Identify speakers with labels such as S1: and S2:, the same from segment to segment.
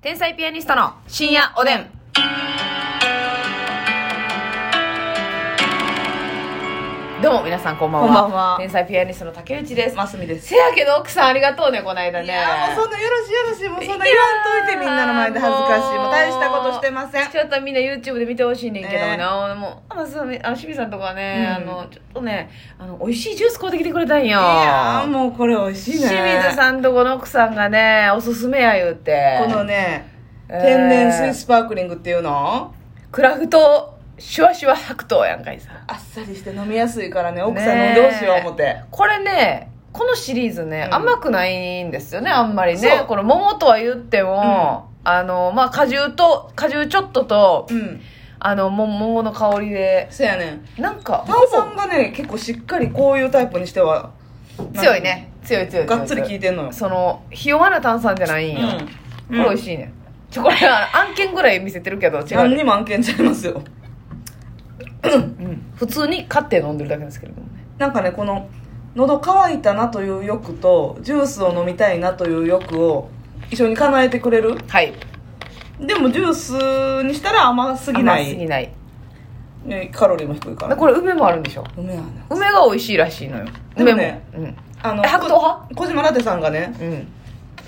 S1: 天才ピアニストの深夜おでん。どうも皆さんこんばんは。
S2: こんばんは
S1: 天才ピアニストの竹内です。
S2: マスミです
S1: せやけど奥さんありがとうね、この間ね。
S2: いやもうそんなよろしいよろしいもうそんな言わんといてみんなの前で恥ずかしいもう大したことしてません
S1: ちょっとみんな YouTube で見てほしいねんけどね、
S2: ねえ
S1: あのもうあのそうねあの清水さんとかはね、
S2: うん
S1: あのちょっとねあの美味しいジュース買うてきてくれたんよ
S2: いやーもうこれ美味しいね
S1: 清水さんとこの奥さんがねおすすめや言うて
S2: このね
S1: えー
S2: 天然水スパークリングっていうの
S1: クラフトシュワシュワ白桃やんかいさ
S2: あっさりして飲みやすいからね奥さん飲んでほしいわ思って
S1: これねこのシリーズね、
S2: うん
S1: 甘くないんですよねあんまり
S2: そ
S1: ね
S2: う
S1: この桃とは言っても、あのまあ果汁と果汁ちょっとと
S2: うん
S1: あのも桃の香りで
S2: そやねん
S1: なんか
S2: 炭酸がね結構しっかりこういうタイプにしては
S1: 強いね強い強い強い
S2: がっつり効いてんのよ
S1: そのひ弱な炭酸じゃないんよ、こ
S2: うん
S1: れ美味しいねちょこれ案件ぐらい見せてるけど違
S2: 何
S1: う、
S2: にも案件ちゃいますよ
S1: うん普通に買って飲んでるだけですけれどもね
S2: なんかねこの喉乾いたなという欲とジュースを飲みたいなという欲を一緒に叶えてくれる
S1: はい
S2: でもジュースにしたら甘すぎな
S1: 甘す
S2: い
S1: ぎない
S2: ねカロリーも低いから
S1: でこれ梅もあるんでしょ
S2: 梅はね
S1: 梅が美味しいらしいのよ
S2: で
S1: 梅
S2: も
S1: も
S2: ね
S1: うん
S2: あの
S1: え白桃派
S2: こ小島ラテさんがね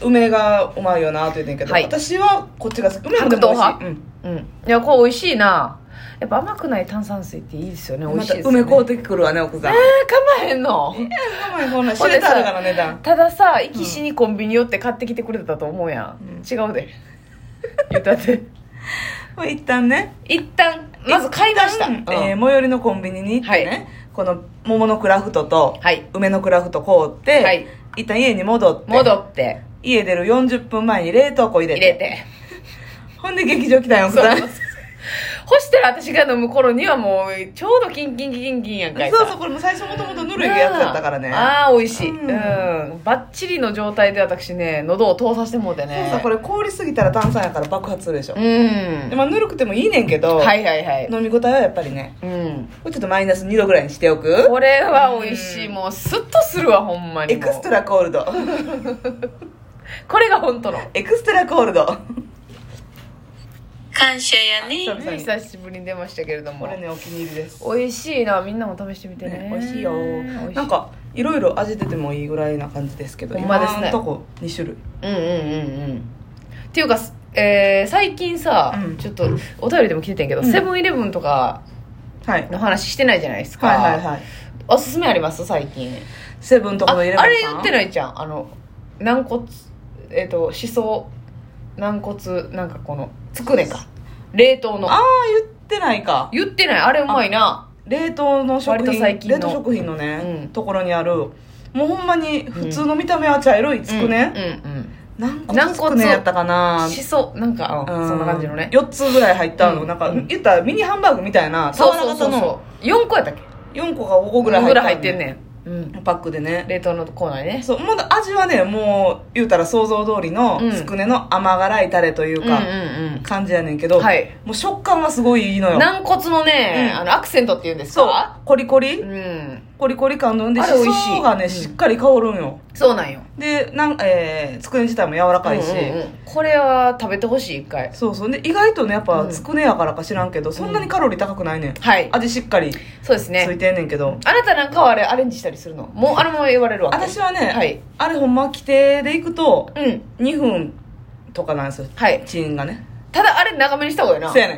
S1: うん
S2: 梅がうまいよなって言ってんけど、
S1: はい
S2: 私はこっちが好き梅もでも美味し
S1: 白桃
S2: い、うん
S1: うんいやこれ美味しいなやっぱ甘くない炭酸水っていいですよね美
S2: ま
S1: 味しい
S2: た
S1: ですよね
S2: 梅買うてくるわね奥さん
S1: えー、構えんの
S2: お前こんな知れたあるから値段
S1: たださ行きしにコンビニ寄って買ってきてくれたと思うやん、違うで言ったって
S2: こ れ一旦ね
S1: 一旦まず買いました、
S2: うん
S1: うん
S2: えー最寄りのコンビニに行ってね、
S1: はい
S2: この桃のクラフトと
S1: はい
S2: 梅のクラフト買うって、
S1: はい
S2: 一旦家に戻って
S1: 戻って
S2: 家出る40分前に冷凍庫入れ
S1: 入
S2: て
S1: れて
S2: ほんで劇場来たんよ奥
S1: そう
S2: さ
S1: そ
S2: ん
S1: うそう干したら私が飲む頃にはもうちょうどキンキンキンキンキンやんかいさ
S2: そうそうこれも最初もともとぬるいやつだったからね
S1: ああ美味しいうん
S2: うん
S1: バッチリの状態で私ね喉を通させてもうてね
S2: そうそうこれ凍りすぎたら炭酸やから爆発するでしょ、で
S1: う
S2: まあ、ぬるくてもいいねんけど、
S1: んはいはいはい
S2: 飲み応えはやっぱりね
S1: うん
S2: これちょっとマイナス2度ぐらいにしておく
S1: これは美味しいもうスッとするわほんまに
S2: エ
S1: もう
S2: クストラコールド
S1: これが本当の
S2: エクストラコールド
S3: 感謝やね。
S2: 久々に
S1: 久しぶりに出ましたけれど
S2: こ
S1: も
S2: れねお気に入りです、
S1: 美味しいなみんなも試してみてね
S2: ね、美味しいよ
S1: 美味しい
S2: なんかいろいろ味出てもいいぐらいな感じですけど
S1: ほんまですね
S2: 今んとこ2種類
S1: うんうんうんうんっていうか、えー最近さ、
S2: うん
S1: ちょっとお便りでも来ててんけど、
S2: うん
S1: セブンイレブンとか
S2: はい
S1: の話してないじゃないですか、
S2: はいはいはい
S1: おすすめあります最近
S2: セブンとこ
S1: あ
S2: の入れ
S1: あれ言って
S2: い
S1: ないじゃんあの軟骨えっ、としそ軟骨なんかこのつくねか冷凍の
S2: ああ言ってないか
S1: 言ってないあれうまいな
S2: 冷凍の食
S1: 割と
S2: 品
S1: 最近の
S2: 冷凍食品のね、
S1: うん
S2: ところにあるもうほんまに普通の見た目は茶色いつくね、
S1: うんうん
S2: 何個
S1: 軟
S2: つく
S1: 骨
S2: ねやったか
S1: う
S2: なん
S1: しそなんか、うんそんな感じのね
S2: 4つぐらい入ったの、
S1: うん
S2: なんか、
S1: うん
S2: 言ったらミニハンバーグみたいな
S1: そう
S2: 俵
S1: そう
S2: 型
S1: そう
S2: の
S1: そう4個やったっけ
S2: 4個か5個
S1: ぐ
S2: ぐ
S1: ら
S2: ら
S1: い
S2: い
S1: 入
S2: 入
S1: っ
S2: った
S1: てんねん、うん、
S2: パックでね
S1: 冷凍のコーナーね
S2: そうまだ味はねもう言うたら想像通りの
S1: うん
S2: つくねの甘辛いタレというか、
S1: うんうんうん
S2: 感じやねんけど、
S1: はい
S2: もう食感はすごいいいのよ
S1: 軟骨のね、
S2: うん
S1: あのアクセントっていうんです
S2: そう
S1: か
S2: コリコリ、
S1: うん
S2: コリコリ感のんで
S1: あ
S2: し
S1: れ美味しい
S2: そがね、
S1: うん
S2: しっかり香るんよ
S1: そうなんよ
S2: でなん、えー、つくね自体も柔らかいし、
S1: うんうんうんこれは食べてほしい一回
S2: そうそうで意外とねやっ
S1: う
S2: ぱ
S1: ん
S2: つくねやからか知らんけど、そんなにカロリー高くないねん、
S1: はい
S2: 味しっかりつ
S1: そうです
S2: い
S1: ね
S2: てんねんけど、
S1: あなたなんかはあれアレンジしたりするのもうあのまま言われるわけ
S2: 私はね、
S1: はい
S2: あれほんま規定で行くと
S1: うん
S2: 2分とかなんですよ
S1: はい
S2: チンがね
S1: ただあれ長めにした方がいいなあ
S2: そう
S1: れ
S2: やねん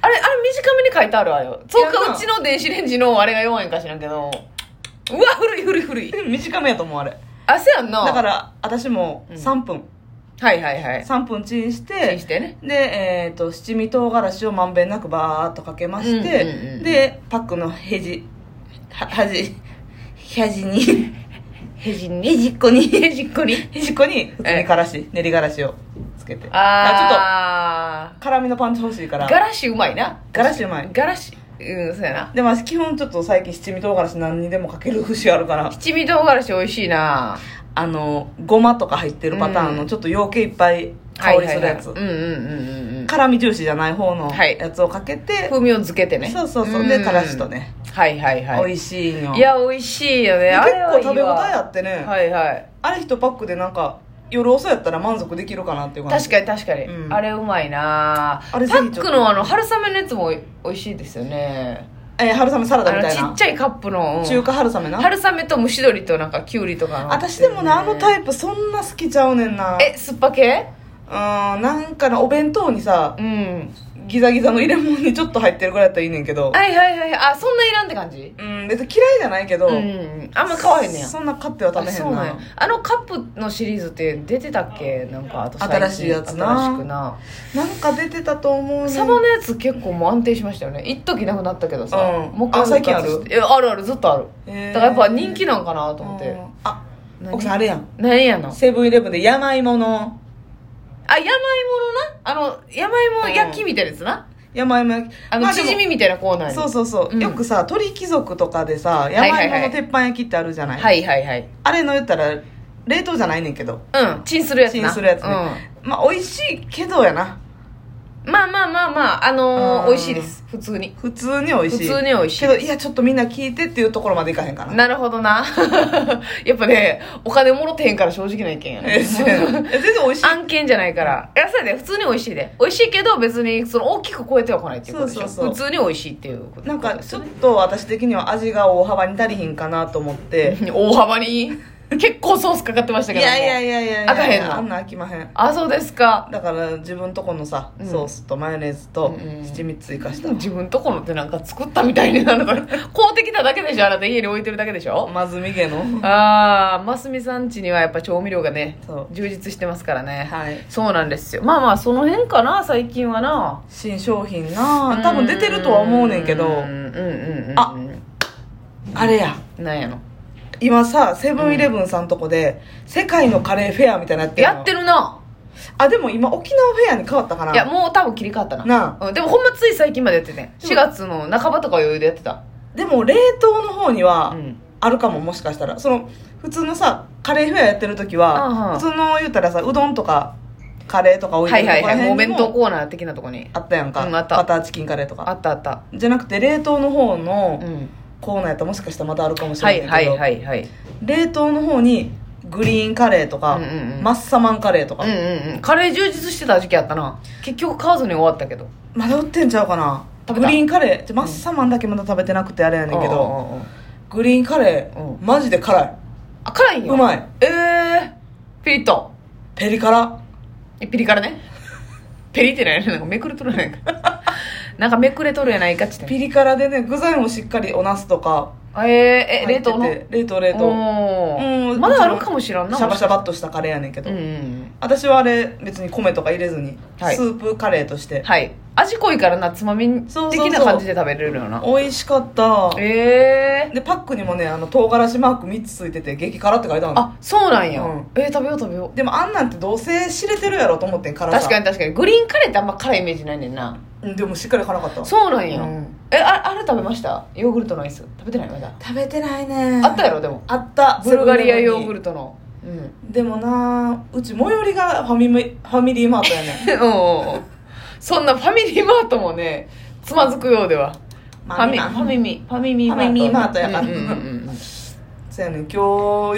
S1: あれ短めに書いてあるわよそう
S2: いや
S1: か
S2: な
S1: うちの電子レンジのあれが弱いんかしらんけどうわ古い古い古い
S2: 短めやと思うあれ
S1: あせやんな
S2: だから私も
S1: うん
S2: 3分、
S1: はいはいはい
S2: 3分チンし
S1: チ
S2: て
S1: ンしてね
S2: で、えー、と七味唐辛子をまんべんなくバーっとかけまして、
S1: うんうんうん
S2: でパックのへじははじへじ に
S1: へじ
S2: へ
S1: に
S2: じっこに
S1: へじっ こに
S2: へじっこに普通にからし練りからしをつけてあ
S1: あ
S2: ちょっと辛みのパンチ欲しいか
S1: あ
S2: ら
S1: ガラシうまいな
S2: ガラシうまい
S1: ガラシうんそうやな
S2: でも私基本ちょっと最近七味唐辛子何にでもかける節あるから
S1: 七味唐辛子美味しいな
S2: あのごまとか入ってるパターン
S1: うん
S2: のちょっと陽気いっぱい香りするやつ、
S1: はいはいはいうんうんうんうんうん
S2: 辛み重視じゃない方の
S1: はい
S2: やつをかけて、
S1: 風味をつけてね
S2: そうそうそうで
S1: ん
S2: からしとね
S1: はいはいはい
S2: 美味しいの
S1: いや美味しいよね
S2: で
S1: あ
S2: 結
S1: れはいいわ
S2: 構食べ応えあってね、
S1: はいはい
S2: あれ一パックでなんか夜遅やったら満足できるかなっていう感じ
S1: 確かに確かに、
S2: うん
S1: あれうまいな
S2: あ
S1: パ
S2: れぜひ
S1: ッ
S2: ちょっと
S1: クのあの春雨のやつも美味しいですよね
S2: に、えー春雨サ
S1: あ
S2: ラダみ
S1: の
S2: た
S1: ち
S2: いな
S1: っちゃいカップの、うん
S2: 中華春雨な
S1: 春雨と蒸し鶏となんかきゅうりとかの
S2: 私でもねあの
S1: イ
S2: タイプそんな好きちゃうねんな
S1: え酸っぱ系
S2: うんなんかなお弁当にさ
S1: うん
S2: ギザギザの入れ物にちょっと入ってるぐらいだったらいいねんけど
S1: はいはいはいあそんないらんって感じ
S2: うん別に嫌いじゃないけど、
S1: うんあんま買わへんねや
S2: そんな買っては食べへ
S1: あそうんな
S2: なん
S1: やあのカップのシリーズって出てたっけなんかあと最近
S2: 新しいやつな
S1: 新しくな
S2: なんか出てたと思うねん
S1: サバのやつ結構もう安定しましたよね一時なくなったけどさ、
S2: うん
S1: もう一回
S2: あ最近ある
S1: 復活していやあるあるずっとある
S2: へー
S1: だからやっぱ人気なんかなと思って、
S2: うんあ
S1: 何
S2: 奥さんあれやん
S1: 何やの
S2: セブンイレブンで山芋の
S1: あ山芋のなあの山芋焼きみたいなやつな、
S2: 山芋焼き
S1: あ
S2: ま
S1: の
S2: あで
S1: チ
S2: も
S1: ヂミみたいなコーナーに
S2: そうそうそう、
S1: うん
S2: よくさ鳥貴族とかでさ
S1: いはいは
S2: 山
S1: い
S2: 芋の鉄板焼きってあるじゃない、
S1: はいはいはい
S2: あれの言ったら冷凍じゃないねんけど
S1: うんチンするやつな
S2: チンするやつね
S1: う、
S2: まあ美味しいけどやなん
S1: まあまあまあまああのー
S2: うん
S1: 美味しいです普通に
S2: 普通に美味
S1: 普
S2: しい
S1: 通に美味しい
S2: けどいやちょっとみんな聞いてっていうところまでいかへんかな
S1: なるほどな やっぱねお金もろてへんから正直な意見やね
S2: えそう やなえ全然美味しい
S1: 案件じゃないからいやそうやで普通に美味しいで美味しいけど別にその大きく超えてはこないっていうことでしょ
S2: そうそうそう
S1: 普通に美味しいっていうこと
S2: なんか
S1: ことです
S2: ち
S1: よ
S2: ょっ
S1: ね
S2: と私的には味が大幅に足りひんかなと思って
S1: 大幅に結構ソースかかってまし
S2: い
S1: たけども
S2: やいやいやいやいや
S1: あかへんの
S2: あんな飽きまへん
S1: あそうですか
S2: だから自分とこのさ、
S1: うん
S2: ソースとマヨネーズと
S1: うんうん
S2: 七味追加した、
S1: 自分とこのってなんか作ったみたいになる から買うてきただけでしょあなた家に置いてるだけでしょ
S2: まずみげの
S1: ああますみさん家にはやっぱ調味料がね
S2: そう
S1: 充実してますからね、
S2: はい
S1: そうなんですよまあまあその辺かな最近はな
S2: 新商品な多分出てるとは思うねんけど
S1: うんうんうんうん
S2: ああれや
S1: なんやの
S2: 今さセブンイレブンさんとこで、世界のカレーフェアみたいなのやってんの
S1: やってるな
S2: あでも今沖縄フェアに変わったかない
S1: やもう多分切り替わったな
S2: な
S1: うん、でもほんまつい最近までやっててん
S2: も
S1: 4月の半ばとか余裕でやってた
S2: でも冷凍の方に
S1: う
S2: は
S1: ん
S2: あるかももしかしたらその普通のさカレーフェアやってる時は、
S1: うんうん
S2: 普通の言ったらさうどんとかカレーとか置い
S1: は
S2: て
S1: い
S2: る
S1: はい
S2: とこ
S1: は
S2: ら
S1: いもうお
S2: 辺に
S1: 弁当
S2: も
S1: コーナー的なとこに
S2: あったやんか、
S1: うんあった
S2: バターチキンカレーと
S1: あ
S2: か
S1: ったあった
S2: じゃなくて冷凍の方の
S1: うん
S2: コーナーやったらもしかしたらまたあるかもし
S1: は
S2: れない
S1: い
S2: けど、
S1: はいはいはい
S2: 冷凍の方にグリーンカレーとか、
S1: うんうんうん
S2: マッサマンカレーとか、
S1: うんうんうんカレー充実してた時期あったな結局買わずに終わったけど
S2: まだ売ってんちゃうかな
S1: 食べ
S2: グ
S1: た
S2: リーンカレーじゃマッサマンだけまだ食べてなくてあれやねんけど、
S1: うんうんうん
S2: グリーンカレー、
S1: うん
S2: マジで辛い
S1: あ辛いんよ
S2: うまい
S1: ええー、ピリッと
S2: ペリ辛
S1: えピリ辛ね ペリってないなんかめくれとるやないか なんかめくれとるやないかっちって
S2: ピリ辛でね具材もしっかりお茄子とか
S1: あえー、え冷
S2: 入ってて
S1: 凍の
S2: 冷凍冷凍
S1: おー
S2: うん
S1: まだあるかもしらんな
S2: シャバシャバっとしたカレーやねんけど、
S1: うんうんうん
S2: 私はあれ別に米とか入れずに、
S1: はい
S2: スープカレーとして、
S1: はい味濃いからなつまみ
S2: そうそう
S1: 的な感じで食べれるよな
S2: 美味しかった
S1: ええー、
S2: でパックにもねあの唐辛子マーク3つついてて激辛って書いてあるの
S1: あそうなんや、
S2: うん
S1: えー食べよう食べよう
S2: でもあんなんってどうせ知れてるやろと思ってん辛さ
S1: 確かに確かにグリーンカレーってあんま辛いイメージないねんな
S2: にでもしっかり辛かった
S1: そうなんや、
S2: うん
S1: えああれ食べましたヨーグルトのアイス食べてないまだ
S2: 食べてないね
S1: あったやろでも
S2: あった
S1: ブルガリアヨーグ
S2: ル
S1: ルトのうん
S2: トでもなうち最寄りがファミマファミリーマートやねん
S1: うん うんそんなファミリーマートもねつまずくようではファミファミミファミミ
S2: ファミミマートやから
S1: うんうんうんうん
S2: そうやねん今日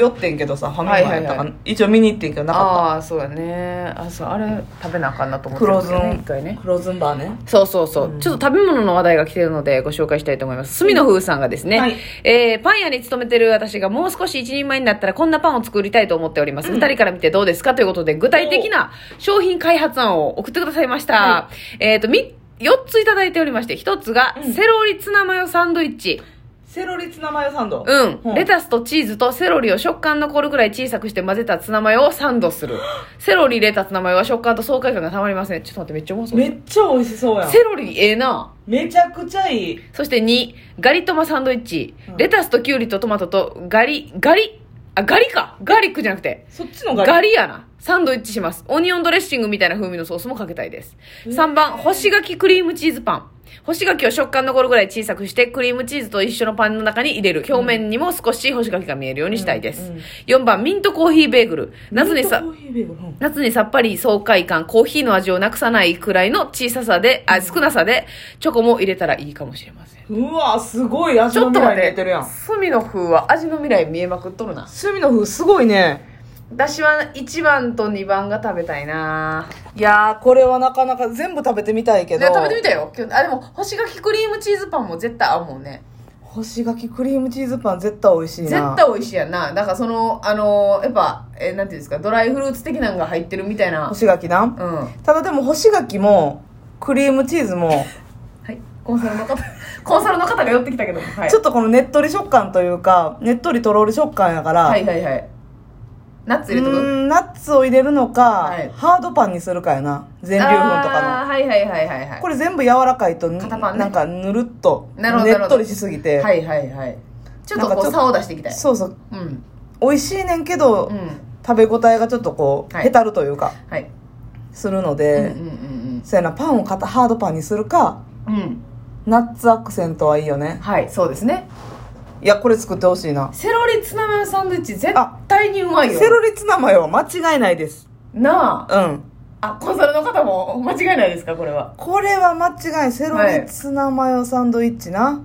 S2: 寄ってんけどさファミマやったかな、
S1: はいはい
S2: 一応見に行ってんけどなかっ
S1: ああそうやねあそうあれ食べなあかんなと思
S2: た
S1: って
S2: クロ
S1: たけ
S2: ーズ
S1: どね
S2: ン
S1: 一回ね
S2: クローズンバーね
S1: そうそうそう、
S2: うん
S1: ちょっと食べ物の話題が来てるのでご紹介したいと思います。住野風さんがですね、
S2: はい
S1: えーパン屋に勤めてる私がもう少し一人前になったらこんなパンを作りたいと思っております。二、人から見てどうですかということで、具体的な商品開発案を送ってくださいました。
S2: は
S1: えっ、と、み、4ついただいておりまして、1つが、
S2: うん
S1: セロリツナマヨサンドイッチ。
S2: セロリツナマヨサンド
S1: うん。
S2: うん
S1: レタスとチーズとセロリを食感残るくらい小さくして混ぜたツナマヨをサンド する。セロリ、レタス、ツナマヨは食感と爽快感がたまりません。ちょっと待って、めっちゃうまそう。
S2: めっちゃ美味しそうやん
S1: セロリ、ええな。
S2: めちゃくちゃいい
S1: そして2、ガリトマサンドイッチ
S2: う。ん
S1: レタスとキュウリとトマトとガリ、ガリ、あ、ガリかガーリックじゃなくて。
S2: そっちのが
S1: ガリやな。サンドイッチします。オニオンドレッシングみたいな風味のソースもかけたいです。3番、干し柿クリームチーズパン。干し柿を食感残るぐらい小さくして、クリームチーズと一緒のパンの中に入れる。表面にも少し干し柿が見えるようにしたいです。
S2: うんうん
S1: 4番、ミントコーヒーベーグル。夏にさ、
S2: ミントコーヒーベーグルうん
S1: 夏にさっぱり爽快感、コーヒーの味をなくさないくらいの小ささで、あ、少なさで、チョコも入れたらいいかもしれません。
S2: うわすごい味
S1: ちょ
S2: の
S1: っと
S2: 未
S1: 待
S2: 来
S1: っ
S2: 見え
S1: て
S2: てるやん
S1: 隅の風は味の未来見えまくっとるな
S2: 趣味の風すごいね
S1: 私は1番と2番が食べたいない
S2: やーこれはなかなか全部食べてみたいけ
S1: い
S2: ど
S1: や食べてみたよ今日あでも干し柿クリームチーズパンも絶対合うもんね
S2: 干し柿クリームチーズパン絶対美味しいな
S1: 絶対美味しいやんなだからそのあのやっぱえなんていうんですかドライフルーツ的なんが入ってるみたいな
S2: 干し柿な、
S1: うんは
S2: ただでも干し柿もクリームチーズも、
S1: いコンサルの方 コンサルの方が寄ってきたけど、はい、
S2: ちょっとこのねっとり食感というかねっとりとろり食感やから、
S1: はいはいはいナッツ
S2: う
S1: 入れとく
S2: ーんナッツを入れるのか、
S1: はい
S2: ハードパンにするかやな全粒粉と
S1: あ
S2: か
S1: ーはいはいはいはいは
S2: の
S1: い
S2: これ全部柔らかいと、
S1: 片パンね
S2: なんかぬるっと
S1: なるほどな
S2: ね
S1: るほど
S2: っとりしすぎて、
S1: はいはいはいちょっと
S2: なんか
S1: こ
S2: ちょ
S1: う
S2: っと
S1: 差を出していきたい
S2: そうそう
S1: うん
S2: 美味しいねんけど、
S1: うん
S2: 食べ応えがちょっとこう、
S1: はい
S2: へたるというか
S1: はい
S2: するの
S1: うんう
S2: で、
S1: ん
S2: そうやなパンを片ハードパンにするか
S1: うんうん
S2: ナッツアクセントはいいよね
S1: はいそうですね
S2: いやこれ作ってほしいな
S1: セロリツナマヨサンドイッチ絶対にうまいよ
S2: セロリツナマヨは間違いないです
S1: なあ
S2: うん
S1: あコンサルの方も間違いないですかこれは
S2: これは間違いセロ
S1: は
S2: リ
S1: い
S2: ツナマヨサンドイッチな、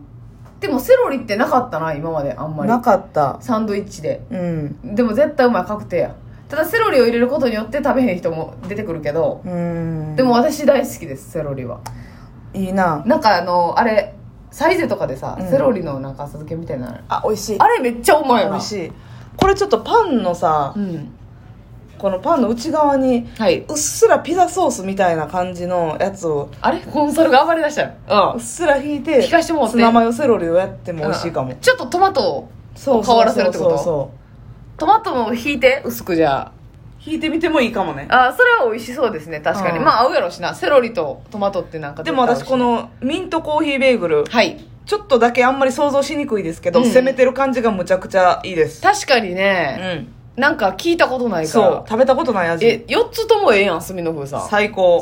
S1: でもセロリってなかったな今まであんまり
S2: なかった
S1: サンドイッチで
S2: うん
S1: でも絶対うまい確定やただセロリを入れることによって食べへん人も出てくるけど
S2: うん
S1: でも私大好きですセロリはい
S2: いな
S1: なんかあのあれサイゼとかでさ、
S2: うん
S1: セロリのなんか浅漬けみたいなのある
S2: あ美味しい
S1: あれめっちゃうまい
S2: 美
S1: よな
S2: 味しいこれちょっとパンのさ
S1: うん
S2: このパンの内側に
S1: はいう
S2: っすらピザソースみたいな感じのやつを
S1: あれコンサルが暴れだしたよ
S2: う
S1: う
S2: っすら引いて
S1: 引かしてもらって
S2: ツナマヨセロリをやっても美味しいかも、
S1: ちょっとトマトを
S2: そうそうそう
S1: 変わらせるってこと
S2: そうそ
S1: トマトも引いて薄くじゃ
S2: う引いてみてもいいかもね
S1: ああーそれは美味しそうですね確かに、
S2: うん
S1: まあ合うやろうしなセロリとトマトってなんか
S2: でも私こ
S1: の
S2: のミントコーヒーベーグル
S1: はい
S2: ちょっとだけあんまり想像しにくいですけど、
S1: うん
S2: 攻めてる感じがむちゃくちゃいいです
S1: 確かに
S2: う
S1: ね、
S2: ん
S1: なんか聞いたことないか
S2: そう
S1: ら
S2: 食べたことない味
S1: え4つともええやん隅の風さん
S2: 最高